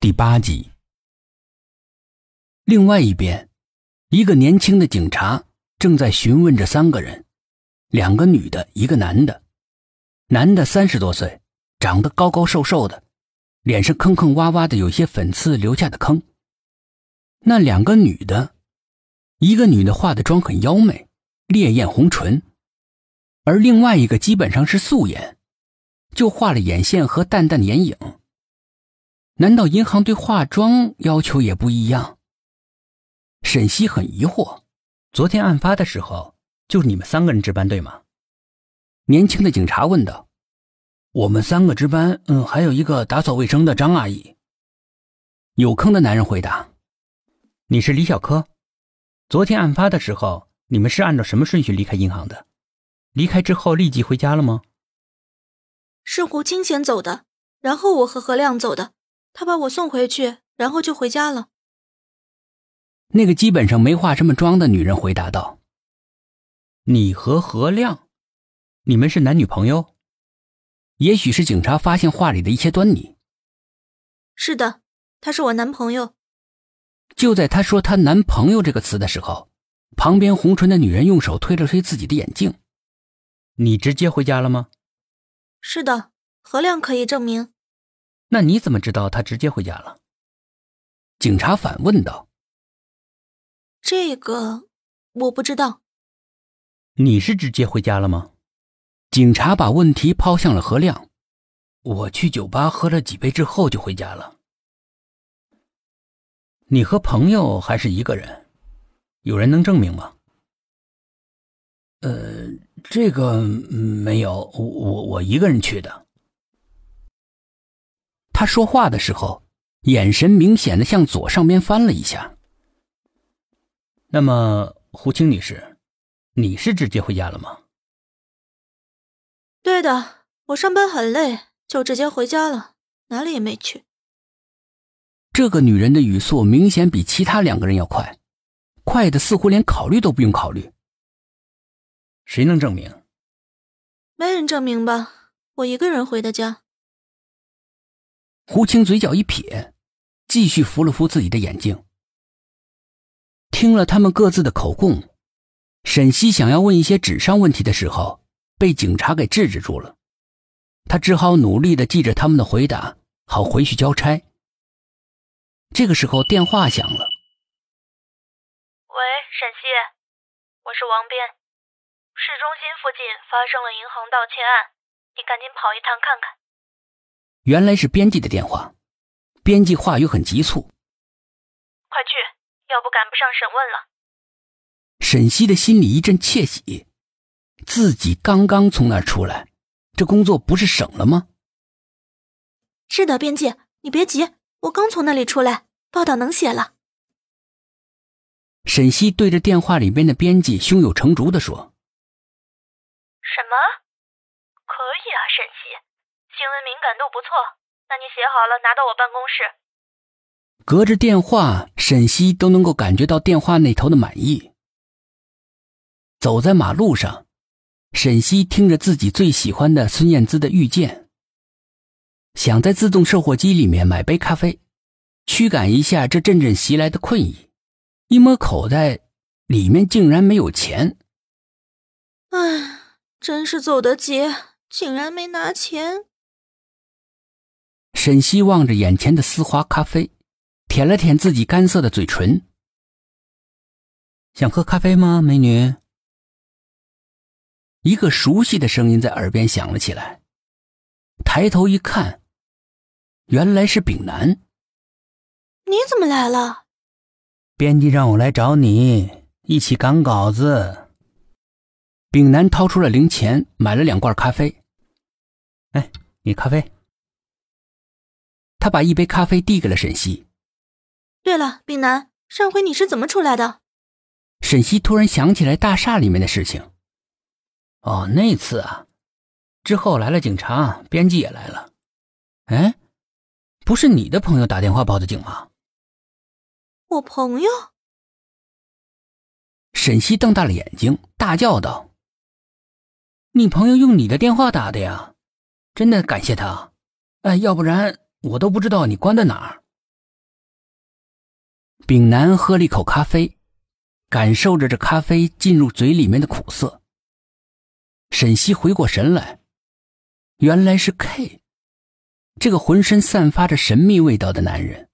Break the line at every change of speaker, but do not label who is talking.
第八集。另外一边，一个年轻的警察正在询问着三个人，两个女的，一个男的。男的三十多岁，长得高高瘦瘦的，脸是坑坑洼洼的，有些粉刺留下的坑。那两个女的，一个女的化的妆很妖媚，烈焰红唇，而另外一个基本上是素颜，就画了眼线和淡淡的眼影。难道银行对化妆要求也不一样？沈西很疑惑。
昨天案发的时候，就是你们三个人值班对吗？
年轻的警察问道：“
我们三个值班，嗯，还有一个打扫卫生的张阿姨。”
有坑的男人回答：“
你是李小柯。昨天案发的时候，你们是按照什么顺序离开银行的？离开之后立即回家了吗？”
是胡青先走的，然后我和何亮走的，他把我送回去，然后就回家了。
那个基本上没化什么妆的女人回答道：“
你和何亮。”你们是男女朋友？
也许是警察发现话里的一些端倪。
是的，他是我男朋友。
就在他说“他男朋友”这个词的时候，旁边红唇的女人用手推了推自己的眼镜。
你直接回家了吗？
是的，何亮可以证明。
那你怎么知道他直接回家了？
警察反问道。
这个我不知道。
你是直接回家了吗？
警察把问题抛向了何亮。
我去酒吧喝了几杯之后就回家了。
你和朋友还是一个人？有人能证明吗？
呃，这个嗯没有，我我一个人去的。
他说话的时候，眼神明显的向左上边翻了一下。
那么，胡青女士，你是直接回家了吗？
对的，我上班很累，就直接回家了，哪里也没去。
这个女人的语速明显比其他两个人要快，快的似乎连考虑都不用考虑。
谁能证明？
没人证明吧，我一个人回的家。
胡青嘴角一撇，继续扶了扶自己的眼镜。听了他们各自的口供，沈西想要问一些纸上问题的时候。被警察给制止住了，他只好努力的记着他们的回答，好回去交差。这个时候电话响了。
喂，沈西，我是王斌，市中心附近发生了银行盗窃案，你赶紧跑一趟看看。
原来是编辑的电话，编辑话语很急促。
快去，要不赶不上审问了。
沈西的心里一阵窃喜。自己刚刚从那儿出来，这工作不是省了吗？
是的，编辑，你别急，我刚从那里出来，报道能写了。
沈西对着电话里边的编辑胸有成竹的说：“
什么？可以啊，沈西，新闻敏感度不错。那你写好了拿到我办公室。”
隔着电话，沈西都能够感觉到电话那头的满意。走在马路上。沈西听着自己最喜欢的孙燕姿的《遇见》，想在自动售货机里面买杯咖啡，驱赶一下这阵阵袭来的困意。一摸口袋，里面竟然没有钱。
唉，真是走得急，竟然没拿钱。
沈西望着眼前的丝滑咖啡，舔了舔自己干涩的嘴唇。
想喝咖啡吗，美女？
一个熟悉的声音在耳边响了起来，抬头一看，原来是丙南。
你怎么来了？
编辑让我来找你，一起赶稿子。
丙南掏出了零钱，买了两罐咖啡。
哎，你咖啡。
他把一杯咖啡递给了沈西。
对了，丙南，上回你是怎么出来的？
沈西突然想起来大厦里面的事情。
哦，那次啊，之后来了警察，编辑也来了。哎，不是你的朋友打电话报的警吗？
我朋友？
沈西瞪大了眼睛，大叫道：“
你朋友用你的电话打的呀？真的感谢他，哎，要不然我都不知道你关在哪儿。
丙南喝了一口咖啡，感受着这咖啡进入嘴里面的苦涩。沈西回过神来，原来是 K，这个浑身散发着神秘味道的男人。